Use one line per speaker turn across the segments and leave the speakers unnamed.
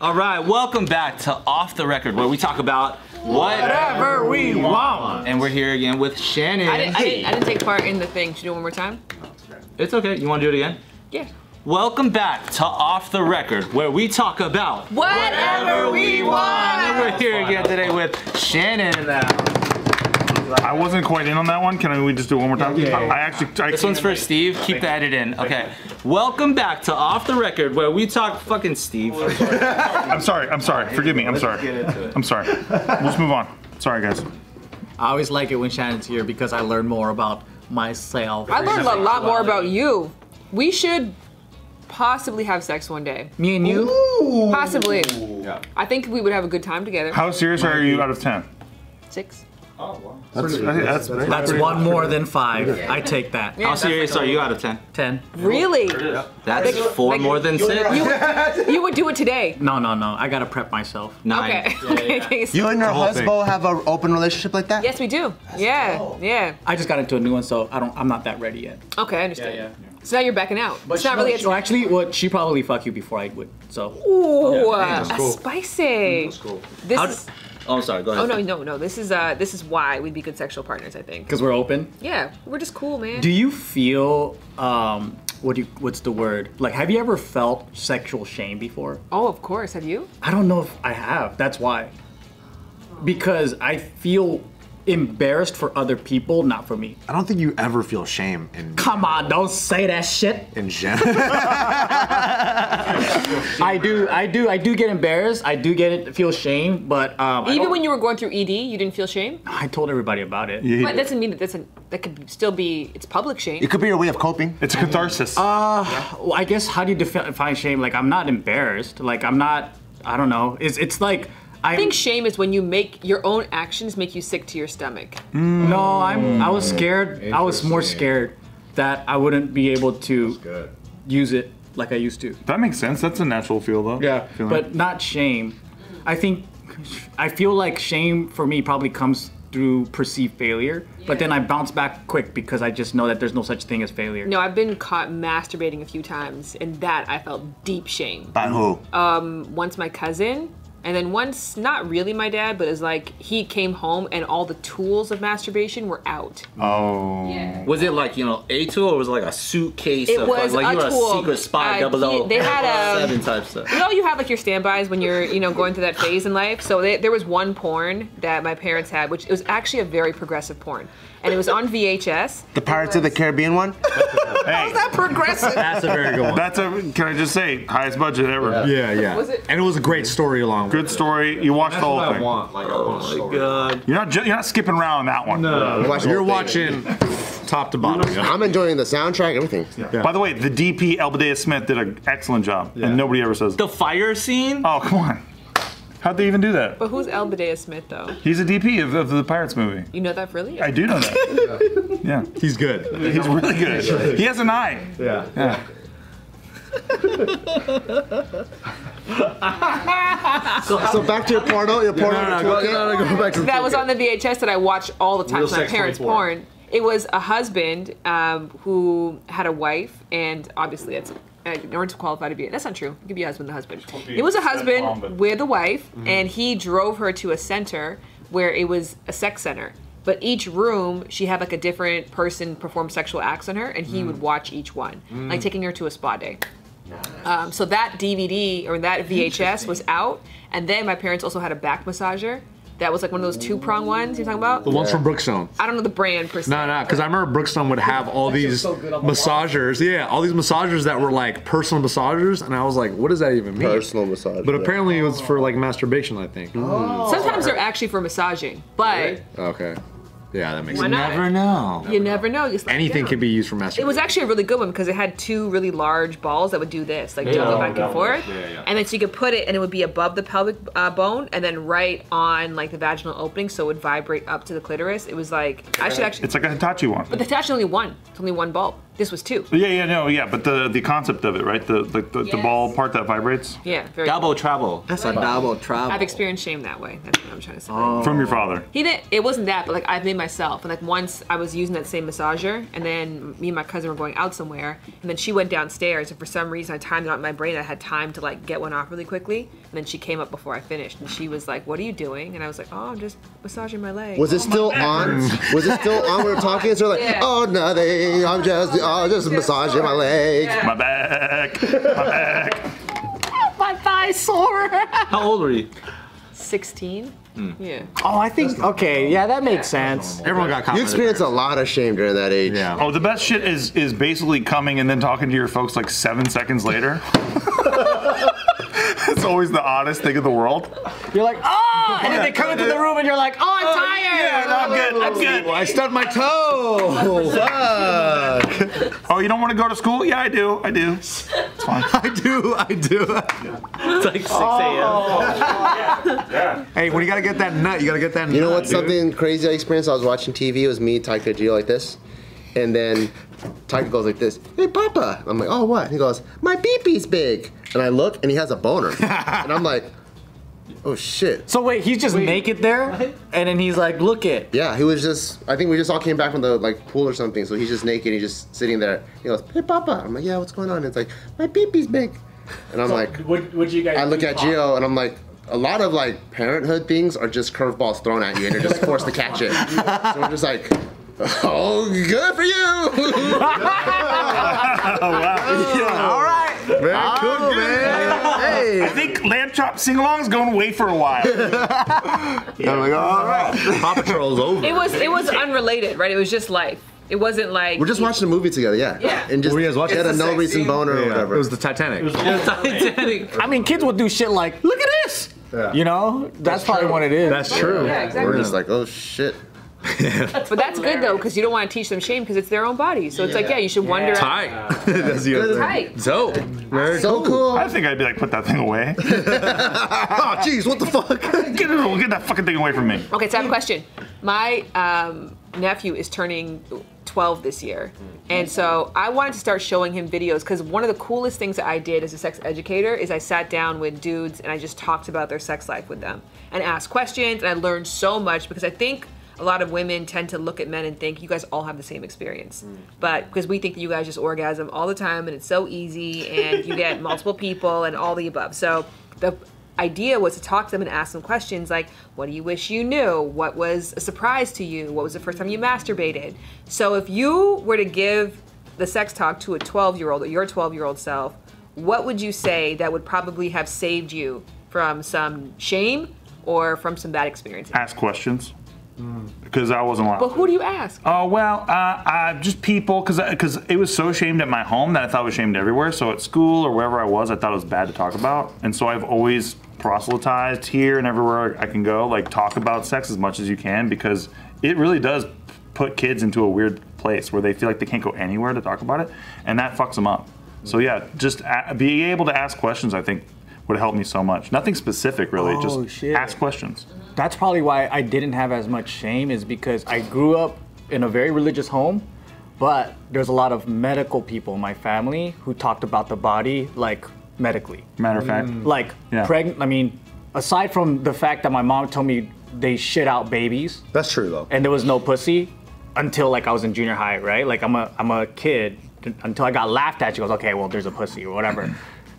All right, welcome back to Off the Record, where we talk about whatever.
we want.
And we're here again with Shannon.
I didn't, I, didn't, I didn't take part in the thing. Should you do it one more time?
It's okay. You want to do it again?
Yeah.
Welcome back to Off the Record, where we talk about.
Whatever we want.
And we're here again today with Shannon. in the house.
I wasn't quite in on that one. Can I, we just do it one more time?
Yeah.
I actually. I
This one's for Steve. Keep the edit in. Okay. Welcome back to Off the Record, where we talk fucking Steve.
Oh, I'm sorry. I'm sorry. Forgive me. I'm sorry. I'm sorry. Let's move on. Sorry, guys.
I always like it when Shannon's here because I learn more about myself.
I learned a lot more about you. We should possibly have sex one day.
me and you.
Possibly. I think we would have a good time together.
How serious are you out of 10?
Six.
That's, that's,
That's one more than five. I take that.
Yeah.
How serious are Oh, you out of 10?
Ten.
Really?
That's four
like-
more than six.
You would, you would do it today.
No, no, no. I gotta prep myself.
Nine.
Okay. okay. thanks.
You and your
whole thing.
husband have an open relationship like that?
yes, we do. yeah. Yeah.
I just got into a new one, so I don't. I'm not that ready yet.
Okay, I understand. So now you're backing out. it's
she-
not really.
no,
a
she- well, actually, well, she probably fuck you before I would. So
Ooh,
Yeah,
uh, spicy. This
How d-
is,
Oh, I'm sorry. Go ahead.
oh no no no this is uh this is why we'd be good sexual partners I think.
because we're open.
Yeah, we're just cool man.
Do you feel um? What do you, what's the word? Like, have you ever felt sexual shame before?
oh of course, have you?
I don't know if I have. That's why. Because I feel embarrassed for other people, not for me.
I don't think you ever feel shame in
Come on, don't say that shit.
in general.
I do, I do, I do get embarrassed. I do get it, feel shame, but um, I
Even
don't-
when you were going through ED, you didn't feel shame.
I told everybody about it.
But that doesn't mean that that's an, that could still be it's public shame.
it could be your way of coping.
It's a catharsis.
Uh,
Well, I guess how do you defi- define shame? Like I'm not embarrassed. Like I'm not. I don't know. It's it's like I
I think shame is when you make your own actions make you sick to your stomach.
no. I'm. I was scared. I was more
Hmm. Interesting.
scared that I wouldn't be able to
Good.
use it like I used to.
that makes sense. That's a natural feel, though.
Yeah,
Feeling.
but not shame. I think I feel like shame for me probably comes through perceived failure, but then I bounce back quick because I just know that there's no such thing as failure.
No, I've been caught masturbating a few times, and that I felt deep shame.
By who?
Uh,
once my cousin and then once not really my dad but it's like he came home and all the tools of masturbation were out
oh.
Was it like you know a tool, or was it like a suitcase?
It
of,
was
like, like
a
you were
tool.
a secret spy,
Uh,
double O.
he- they had a-
seven type stuff.
you know you have like your standbys when you're you know going through that phase in life so they, there was one porn that my parents had which it was actually a very progressive porn and it was on vhs
The Pirates of the Caribbean one?
Hey,
That's a very good one.
that's a. Can I just say highest budget ever?
Yeah, yeah.
Was it-
And it was a great story along.
Good story. You watched
That's
the whole
what I
thing.
want. Like, I want a story.
You're not. ju- You're not skipping around on that one.
No.
You're watching top to bottom.
I'm enjoying the soundtrack, everything.
By the way, the DP Elbadea Smith did an excellent job, and nobody ever says.
The fire scene.
oh come on. How'd they even do that?
but who's Elbadea Smith though?
He's a DP of, of the Pirates movie.
You know that really?
I do know that. yeah.
He's good.
He's really good. He has an eye.
Yeah.
Yeah.
So, so back to your porno, your porno. toolkit.
back to
that was on the VHS that I watched all the time.
Real
with My
sex
parents'
24.
porn. It was a husband um, who had a wife, and obviously that's uh, in order to qualify to be that's not true. You could be a husband, the husband. It was a husband
wrong, but-
with a wife,
Mm-hmm.
and he drove her to a center where it was a sex center. But each room, she had like a different person perform sexual acts on her, and he
Mm.
would watch each one, like taking her to a spa day. Um, so that DVD or that VHS was out, and then my parents also had a back massager. That was like one of those two prong ones you're talking about.
The ones from Brookstone.
I don't know the brand per se.
No, no, because I remember Brookstone would have all these massagers. Yeah, all these massagers that were like personal massagers, and I was like, what does that even mean?
Personal massage.
But apparently it was for like masturbation, I think.
Sometimes they're actually for massaging, but
Okay. Yeah, that makes
Why
sense.
not?
Never know.
you never know. you slide
Anything
down.
can be used for masturbation.
It was actually a really good one because it had two really large balls that would do this, like
Oh,
juggle back and forth, and then so you could put it, and it would be above the pelvic uh, bone, and then right on like the vaginal opening, so it would vibrate up to the clitoris. It was like I should actually.
It's like a Hitachi one.
But the attached only one. It's only one bulb. This was two.
Yeah, yeah, no, yeah, but the the concept of it, right? The the, the, the ball
Yes.
part that vibrates
Yeah, very.
Double travel.
That's a double travel.
I've experienced shame that way. That's what I'm trying to say.
from your father.
He didn't. It wasn't that, but like I made myself. And like once I was using that same massager, and then me and my cousin were going out somewhere, and then she went downstairs, and for some reason I timed it out in my brain. I had time to like get one off really quickly, and then she came up before I finished, and she was like, "What are you doing?" And I was like, "Oh, I'm just massaging my leg."
Was it still on? Was it still on? We were talking. So like,
Yeah.
oh nothing. I'm just, oh, just massaging my legs.
My back, my back.
my thigh sore?
How old were you?
Sixteen. Yeah.
Oh, I think okay, yeah, that makes sense.
Everyone got caught.
You experience a lot of shame during that age.
Yeah.
Oh, the best shit is is basically coming and then talking to your folks like seven seconds later. it's always the oddest thing in the world.
You're like, oh, and then they come into the room and you're like, oh, I'm
Yeah,
tired.
no, I'm good. I'm good.
I stubbed my toe.
Oh, you don't want to go to school? Yeah, I do. I do.
I do. I do.
It's like 6 a.m.
Hey, when you gotta get that nut, Oh. you gotta get that nut.
You know what's
dude.
something crazy I experienced? I was watching TV. It was me, Taika Gio, like this, and then Taika goes like this. Hey, Papa. I'm like, oh, what? He goes, my beepy's big. And I look, and he has a boner. and I'm like, oh shit.
So wait, he's just naked there, and then he's like, look it.
Yeah, he was just. I think we just all came back from the like pool or something. So he's just naked. He's just sitting there. He goes, hey, Papa. I'm like, yeah, what's going on? it's like, my beepy's big. And I'm like,
Would, would you guys?
I look
do,
at
Pop?
Geo and I'm like, a lot of like parenthood things are just curveballs thrown at you and you're just forced to catch it. So we're just like, oh, good for you.
All right.
Very cool, man.
I
Hey.
think lamb chop sing along's going away for a while.
I'm like, all right.
Paw Patrol's over.
It was. It was unrelated, right? It was just life. It wasn't like.
We're just watching a movie together, yeah.
Yeah.
And just
Were you guys watching
get a
the
no
sex
reason
scene?
boner or
Yeah,
whatever.
It was the Titanic.
Titanic.
I mean, kids will do shit like, look at this. You know, that's, probably what it is.
That's true.
Yeah,
we're
exactly.
just like, oh shit.
But that's good though, because you don't want to teach them shame, because it's their own body. So it's like, yeah, you should wonder.
Tight. That's the other
Tight.
thing. Dope. Very
So cool.
I think I'd be like, put that thing away.
Oh, jeez, what the fuck?
Get it, get that fucking thing away from me.
Okay, so I have a question. My um, nephew is turning 12 this year, and so I wanted to start showing him videos because one of the coolest things that I did as a sex educator is I sat down with dudes and I just talked about their sex life with them and asked questions, and I learned so much because I think. A lot of women tend to look at men and think you guys all have the same experience, but because we think that you guys just orgasm all the time and it's so easy, and you get multiple people and all the above. So the idea was to talk to them and ask them questions like what do you wish you knew what was a surprise to you what was the first time you masturbated so if you were to give the sex talk to a 12 year old or your 12 year old self what would you say that would probably have saved you from some shame or from some bad experiences
Ask questions. Because I wasn't allowed.
but who do you ask
Oh well, uh, uh, just people, because because it was so shamed at my home that I thought it was shamed everywhere. So at school or wherever I was, I thought it was bad to talk about, and so I've always proselytized here and everywhere I can go, like talk about sex as much as you can, because it really does put kids into a weird place where they feel like they can't go anywhere to talk about it, and that fucks them up. So yeah, just a- being able to ask questions, I think, would help me so much. Nothing specific really,
Oh,
just
shit.
ask questions.
that's probably why I didn't have as much shame is because I grew up in a very religious home, but there's a lot of medical people in my family who talked about the body like medically.
Matter of fact,
Like
Yeah.
pregnant I mean, aside from the fact that my mom told me they shit out babies
That's true though.
and there was no pussy until like I was in junior high, right? Like I'm a I'm a kid until I got laughed at. She goes, okay, well there's a pussy or whatever.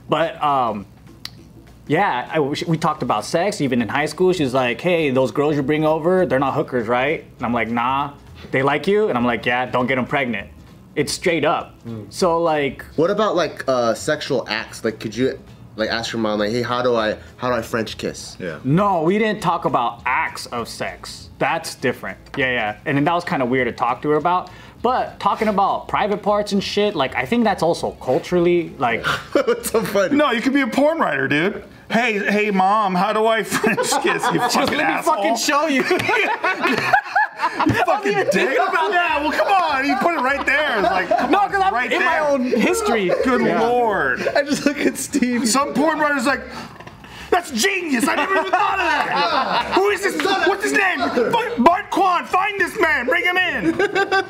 but um, yeah, I, we talked about sex even in high school. She's like, hey, those girls you bring over, they're not hookers, right? And I'm like, nah, they like you, and I'm like, yeah, don't get them pregnant. It's straight up. So like,
What about like uh, sexual acts? Like, could you like ask your mom like, hey, how do I how do I French kiss?
Yeah.
No, we didn't talk about acts of sex. That's different. Yeah, yeah. And then that was kind of weird to talk to her about. But talking about private parts and shit, like I think that's also culturally like
What's so funny?
No, you could be a porn writer, dude. Hey, hey, mom, how do I French kiss? You fucking asshole.
show you.
fucking dick. yeah, well, come on. You put it right there. It's like, come
no,
on,
because I'm
right
in
there.
my own history.
Good lord.
I just look at Steve.
Some porn writer's like, that's genius. I never even thought of that. Who is this? What's his name? Bart- Bart Kwan. Find this man. Bring him in.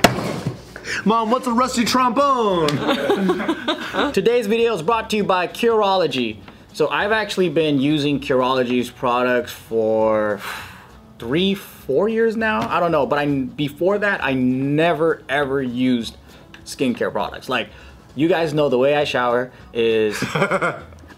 Mom, what's a rusty trombone?
Today's video is brought to you by Curology. So I've actually been using Curology's products for three, four years now. I don't know, but I before that I never ever used skincare products. Like you guys know the way I shower is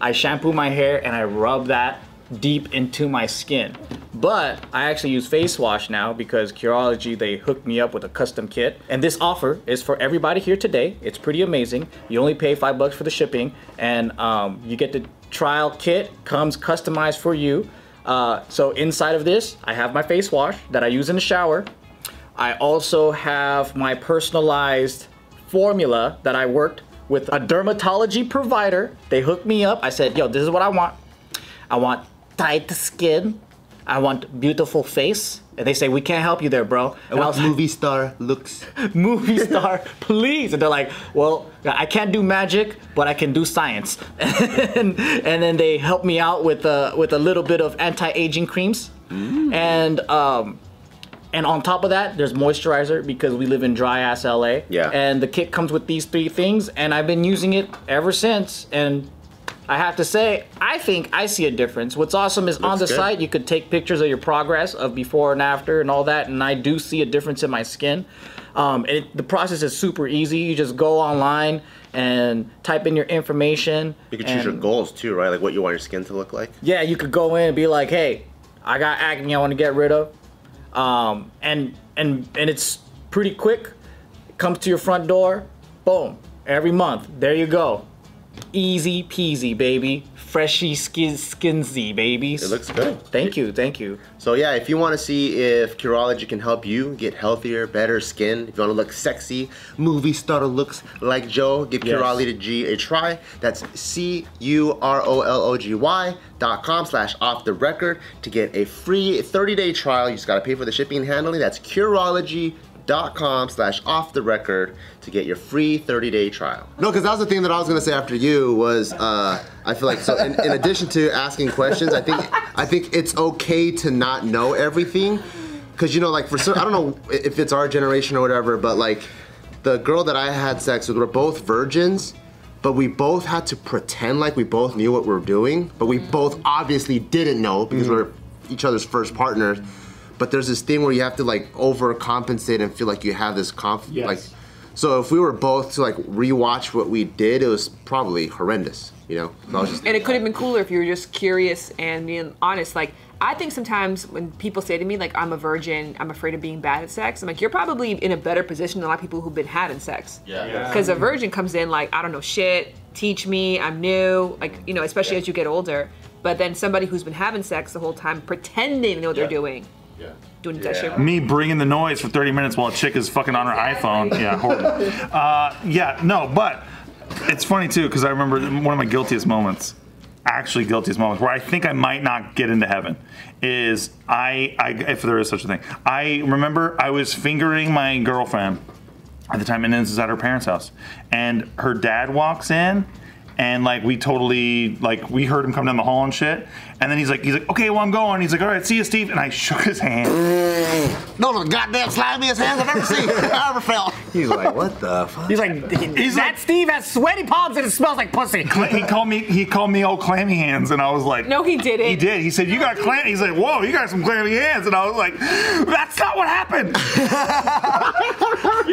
I shampoo my hair and I rub that deep into my skin. But I actually use face wash now because Curology they hooked me up with a custom kit. And this offer is for everybody here today. It's pretty amazing. You only pay five bucks for the shipping, and um, you get the trial kit comes customized for you. Uh, so inside of this, I have my face wash that I use in the shower. I also have my personalized formula that I worked with a dermatology provider. They hooked me up. I said, yo, this is what I want. I want tight skin. I want beautiful face. And they say, we can't help you there, bro. And I was like,
movie star looks.
movie star, please. And they're like, well, I can't do magic, but I can do science. and, and then they help me out with a, with a little bit of anti-aging creams.
Mm.
And um, and on top of that, there's moisturizer because we live in dry ass LA.
Yeah.
And the kit comes with these three things, and I've been using it ever since. And I have to say, I think I see a difference. What's awesome is on the
Looks good.
site, you could take pictures of your progress of before and after and all that, and I do see a difference in my skin. Um, it, the process is super easy. You just go online and type in your information.
You can choose your
and-
goals too, right? Like what you want your skin to look like.
yeah, you could go in and be like, "Hey, I got acne I want to get rid of," um, and and and it's pretty quick. It comes to your front door, boom. Every month, there you go. Easy peasy, baby. Freshy skin skinsy, baby.
It looks good.
Thank you, thank you.
So yeah, if you want to see if Curology can help you get healthier, better skin, if you want to look sexy, movie star looks like Joe, give
Yes.
Curology to G a try. That's C U R O L O G Y dot com slash off the record to get a free 30-day trial. You just gotta pay for the shipping and handling. That's Curology dot com slash off the record to get your free 30-day trial no because that was the thing that i was going to say after you was uh, i feel like so in, in addition to asking questions i think i think it's okay to not know everything because you know like for certain i don't know if it's our generation or whatever but like the girl that i had sex with were both virgins but we both had to pretend like we both knew what we were doing but
Mm.
we both obviously didn't know because we we're each other's first partners but there's this thing where you have to like overcompensate and feel like you have this conf like so if we were both to like rewatch what we did it was probably horrendous you know So I was just-
And it could have been cooler if you were just curious and being honest. Like I think sometimes when people say to me like I'm a virgin, I'm afraid of being bad at sex. I'm like you're probably in a better position than a lot of people who've been having sex.
Yeah.
Because a virgin comes in like I don't know shit. Teach me. I'm new. Like you know, especially as you get older. But then somebody who's been having sex the whole time, pretending they know what they're
Yeah.
doing,
Yeah.
doing that shit.
me bringing the noise for 30 minutes while a chick is fucking on her iPhone. Yeah, horrible. Uh, yeah, no, but it's funny too because I remember one of my guiltiest moments, actually guiltiest moments, where I think I might not get into heaven. Is I, I if there is such a thing, I remember I was fingering my girlfriend at the time, and this is at her parents' house, and her dad walks in. And like we totally like we heard him come down the hall and shit, and then he's like he's like okay well I'm going he's like all right see you Steve and I shook his hand
no no goddamn slimiest hands i've ever seen i ever felt he's like what the fuck
He's like, that
like-
Steve has sweaty palms and it smells like pussy.
Cla- he called me he called me old clammy hands and I was like
No, he didn't.
he did he said you got clam he's like whoa you got some clammy hands and I was like that's not what happened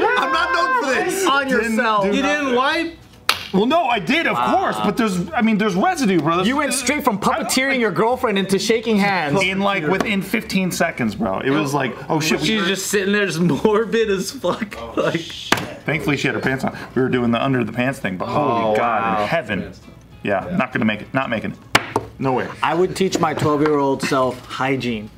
i'm not known for this
On yourself.
do
You
not-
didn't wipe?
well no I did of course but there's I mean there's residue brother
You went straight from puppeteering your girlfriend into shaking hands.
in like within 15 seconds bro it was like oh shit we,
She's just sitting there, just morbid as fuck. like,
thankfully she had her pants on we were doing the under the pants thing but holy god in heaven Oh, yeah, not gonna make it not making it no way
I would teach my 12 year old self hygiene.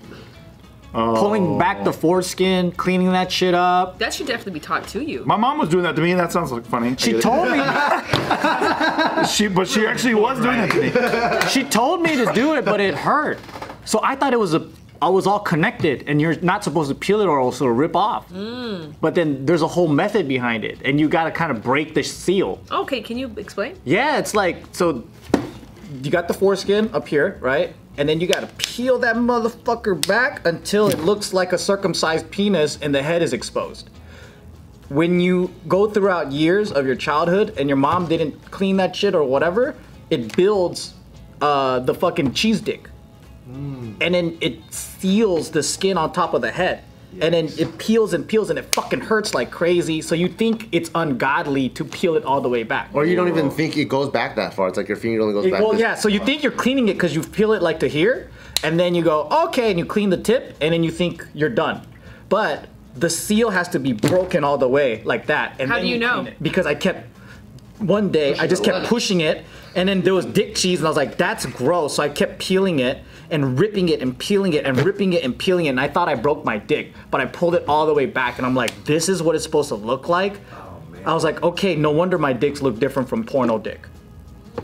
Pulling back the foreskin, cleaning that shit up.
That should definitely be taught to you.
my mom was doing that to me and that sounds like funny
She told me
she but she actually was doing that to me
she told me to do it, but it hurt. So I thought it was a I was all connected and you're not supposed to peel it or else it'll rip off. But then there's a whole method behind it and you gotta kind of break the seal.
Okay, can you explain?
Yeah, it's like so you got the foreskin up here, right? And then you gotta peel that motherfucker back until it looks like a circumcised penis and the head is exposed. when you go throughout years of your childhood and your mom didn't clean that shit or whatever, it builds uh, the fucking cheese dick. And then it seals the skin on top of the head. And then it peels and peels and it fucking hurts like crazy. So you think it's ungodly to peel it all the way back.
Or you don't even think it goes back that far. It's like your finger only goes
It-
back.
well,
this-
yeah. So you think you're cleaning it because you peel it like to here, and then you go okay, and you clean the tip, and then you think you're done. But the seal has to be broken all the way like that. And
How
then
do you know?
clean it. Because I kept one day I just kept pushing it, and then there was dick cheese, and I was like, that's gross. So I kept peeling it and ripping it and peeling it and ripping it and peeling it, and I thought I broke my dick, but I pulled it all the way back, and I'm like, this is what it's supposed to look like.
Oh,
I was like, okay, no wonder my dicks look different from porno dick.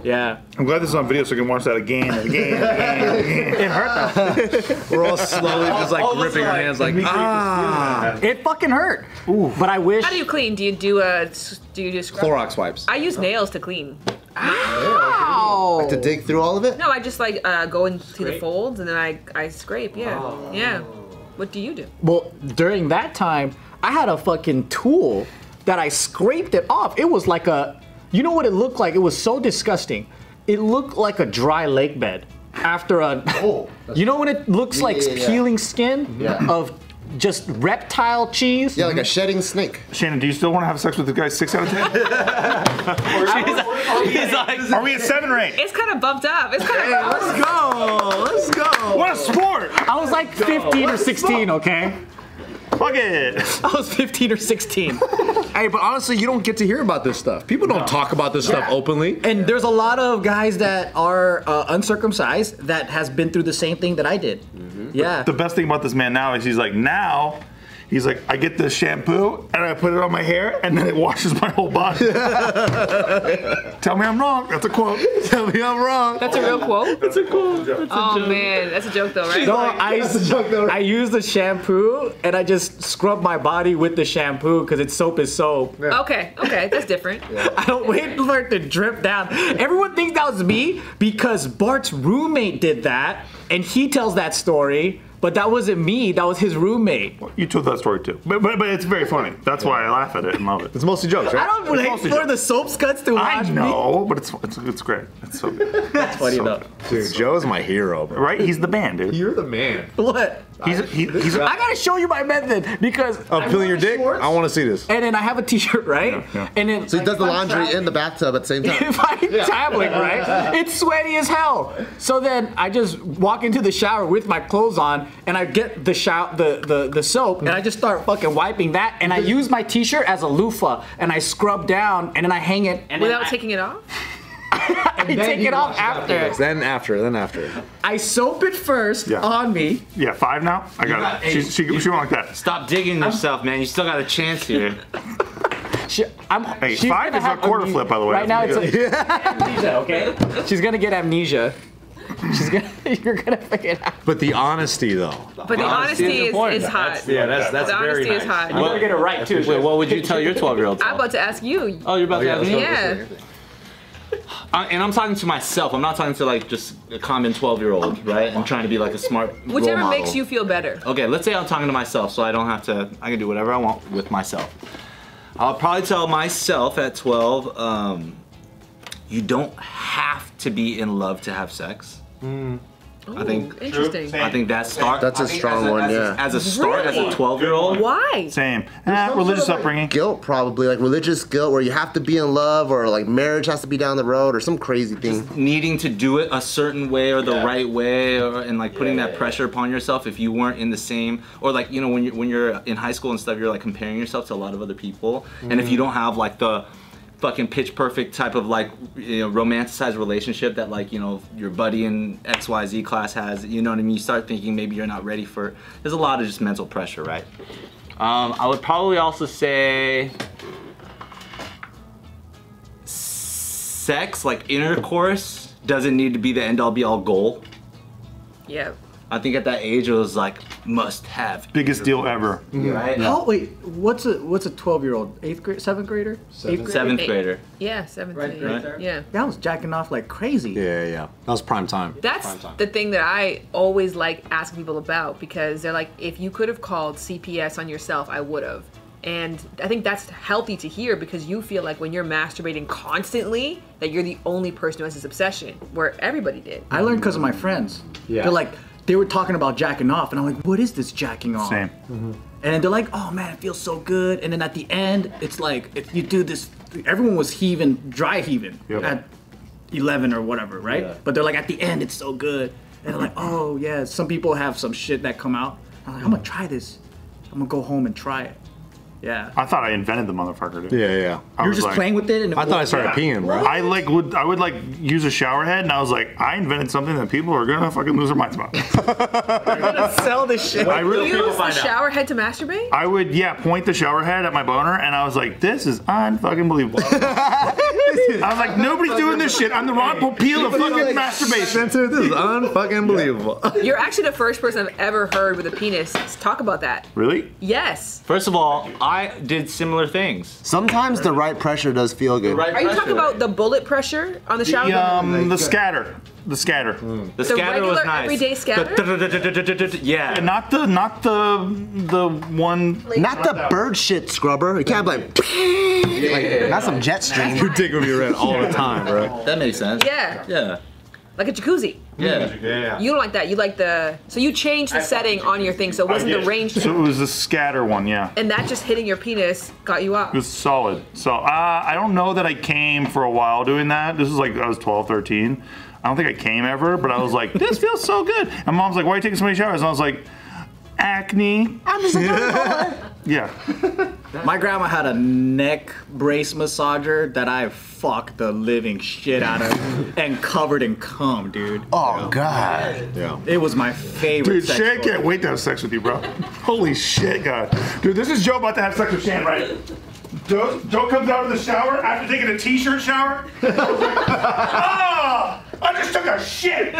Yeah.
I'm glad this is on video so I can watch that again and again. And again.
It hurt though.
We're all slowly just like ripping our hands, like ah.
It fucking hurt. But I wish.
How do you clean? Do you do a s- do you do scrub?
Clorox wipes.
I use nails to clean. Ow!
To dig through all of it?
No, I just like uh, go into the folds and then I I scrape. Yeah, yeah. What do you do?
well, during that time, I had a fucking tool that I scraped it off. It was like a, you know what it looked like? It was so disgusting. It looked like a dry lake bed after a.
Oh, that's-
you know when it looks
Yeah,
like
yeah, yeah.
peeling skin
Yeah.
of just reptile cheese?
Yeah, like a shedding snake.
Shannon, do you still want to have sex with this guy six out of ten?
He's like,
Are we at seven or eight?
It's kind of bumped up. It's kind of gross.
Let's go. Let's go.
What a sport!
I was like 15 or 16, okay?
Fuck it!
I was 15 or 16.
Hey, but honestly, you don't get to hear about this stuff. People don't talk about this stuff openly.
And there's a lot of guys that are uh, uncircumcised that has been through the same thing that I did.
Mm-hmm.
Yeah.
The best thing about this man now is he's like, now, he's like, I get this shampoo and I put it on my hair and then it washes my whole body. Tell me I'm wrong. That's a quote.
Tell me I'm wrong.
That's a real quote.
That's a quote.
Oh man, that's a joke though, right?
no, I, I use the shampoo and I just scrub my body with the shampoo because it's soap is soap.
Okay, okay, that's different.
I don't wait for it to drip down. Everyone thinks that was me because Bart's roommate did that and he tells that story, but that wasn't me. That was his roommate.
You told that story too. But, but, but it's very funny. That's why I laugh at it and love it.
It's mostly jokes,
I
right?
don't
It's
wait
mostly
for
just-
the soap scuds to
I
watch me.
know, but it's, it's it's great. It's so good. That's
Funny enough.
Dude, Joe's my hero, bro.
Right? He's the man, dude.
You're the man.
What?
He's he, he's
I gotta show you my method because
Oh,
I
peeling your
wore
dick?
shorts,
I want to see this.
and then I have a T-shirt, right? And then
So he does the
if I'm
laundry
traveling-
in the bathtub at the same time.
If I'm traveling, right? It's sweaty as hell. So then I just walk into the shower with my clothes on, and I get the shower, the, the the soap, and I just start fucking wiping that, and I use my T-shirt as a loofah, and I scrub down, and then I hang it, and then
Without
I-
taking it off.
I take it off after.
Then after, then after.
I soap it first
Yeah.
on me.
yeah five now. I got
got
it. She,
eight.
she, she went like that.
stop digging yourself, man. You still got a chance here.
She, I'm,
Hey,
she's
five
gonna
is a
have
quarter
amne-
flip, by the way.
Right now, it's
That's
a, amnesia. Okay, she's gonna get amnesia. She's gonna, you're gonna figure it out.
But the honesty, though.
But the honesty is, is, hot.
yeah, that's that's
the
very
honesty
nice.
is hot.
Well-
Better get it right too.
Wait, what would you tell your 12 year old?
I'm about to ask you.
Oh, you're about to have me?
yeah.
I, and I'm talking to myself. I'm not talking to like just a common 12 year old, right? I'm trying to be like a smart. role
Whichever
model.
makes you feel better.
Okay, let's say I'm talking to myself, so I don't have to. I can do whatever I want with myself. I'll probably tell myself at 12, um, you don't have to be in love to have sex. I think.
Ooh, interesting.
I think that start.
That's a
I think
strong
as
one,
as
yeah.
As a start, as
Really?
a 12 year old.
Why?
Same. Ah,
Some
religious
sort of, like,
upbringing.
guilt, probably like religious guilt, where you have to be in love, or like marriage has to be down the road, or some crazy thing.
needing to do it a certain way or the right way or and like putting that pressure upon yourself if you weren't in the same or like you know when you're when you're in high school and stuff you're like comparing yourself to a lot of other people and if you don't have like the fucking pitch perfect type of like you know, romanticized relationship that like you know your buddy in xyz class has you know what i mean you start thinking maybe you're not ready for there's a lot of just mental pressure right um, i would probably also say sex, like intercourse, doesn't need to be the end all be all goal.
Yeah.
I think at that age it was like must have.
Biggest deal ever.
Right?
How? Wait, what's a what's a 12 year old? Eighth grade, seventh grader? Eighth grade?
Seventh grader.
Yeah, 17. Yeah.
That was jacking off like crazy.
Yeah, yeah. That was prime time.
That's the thing that I always like asking people about because they're like, if you could have called CPS on yourself, I would have. And I think that's healthy to hear because you feel like when you're masturbating constantly, that you're the only person who has this obsession, where everybody did.
I learned because of my friends.
Yeah.
They're like, they were talking about jacking off, and I'm like, what is this jacking off?
Same.
And they're like, oh man, it feels so good. And then at the end, it's like, if you do this, everyone was heaving, dry heaving
Yep.
at 11 or whatever, right?
Yeah.
But they're like, at the end, it's so good. And they're like, oh yeah, some people have some shit that come out. I'm like, I'm gonna try this. I'm gonna go home and try it. Yeah.
I thought I invented the motherfucker. Dude.
Yeah, yeah. I,
I
You're
was
just
like-
playing with it, and it
thought I started
Yeah.
peeing, bro.
I like would I would like use a shower head and I was like I invented something that people are gonna fucking lose their minds about.
sell this shit.
I really
you use the shower head to masturbate?
I would yeah point the shower head at my boner and I was like this is unfucking believable. I was like nobody's doing this shit. I'm the Ron Popeil of fucking masturbation.
Spencer, this is unfucking believable.
You're actually the first person I've ever heard with a penis talk about that.
Really?
Yes.
First of all, I did similar things.
Sometimes the right pressure does feel good.
Right
Are you
pressure.
talking about the bullet pressure on the shower?
The, um, the
Like, uh,
scatter, the scatter,
the scatter was
regular
nice.
everyday scatter?
The-
and
Yeah.
not the not the the one.
Not the bird shit scrubber. You can't like, like not some jet stream.
Your dick would be red all the time, bro.
That makes sense.
yeah.
Yeah.
Like a jacuzzi.
Yeah.
Yeah.
You don't like that. You like the. So you changed the setting on your thing, so it wasn't the range.
So it was the scatter one, yeah.
and that just hitting your penis got you
It
off.
was solid. So uh, I don't know that I came for a while doing that. This is like I was 12, 13. I don't think I came ever, but I was like, this feels so good. And mom's like, why are you taking so many showers? And I was like, acne.
"Oh,
I'm just a Yeah.
My grandma had a neck brace massager that I fucked the living shit out of and covered in cum, dude.
Oh god.
Yeah.
It was my favorite.
Dude,
sex
Shan
toy.
can't wait to have sex with you, bro. Holy shit, God. Dude, this is Joe about to have sex with Shan, right? Joe, Joe comes out of the shower after taking a t-shirt shower. Ah! I just took a shit.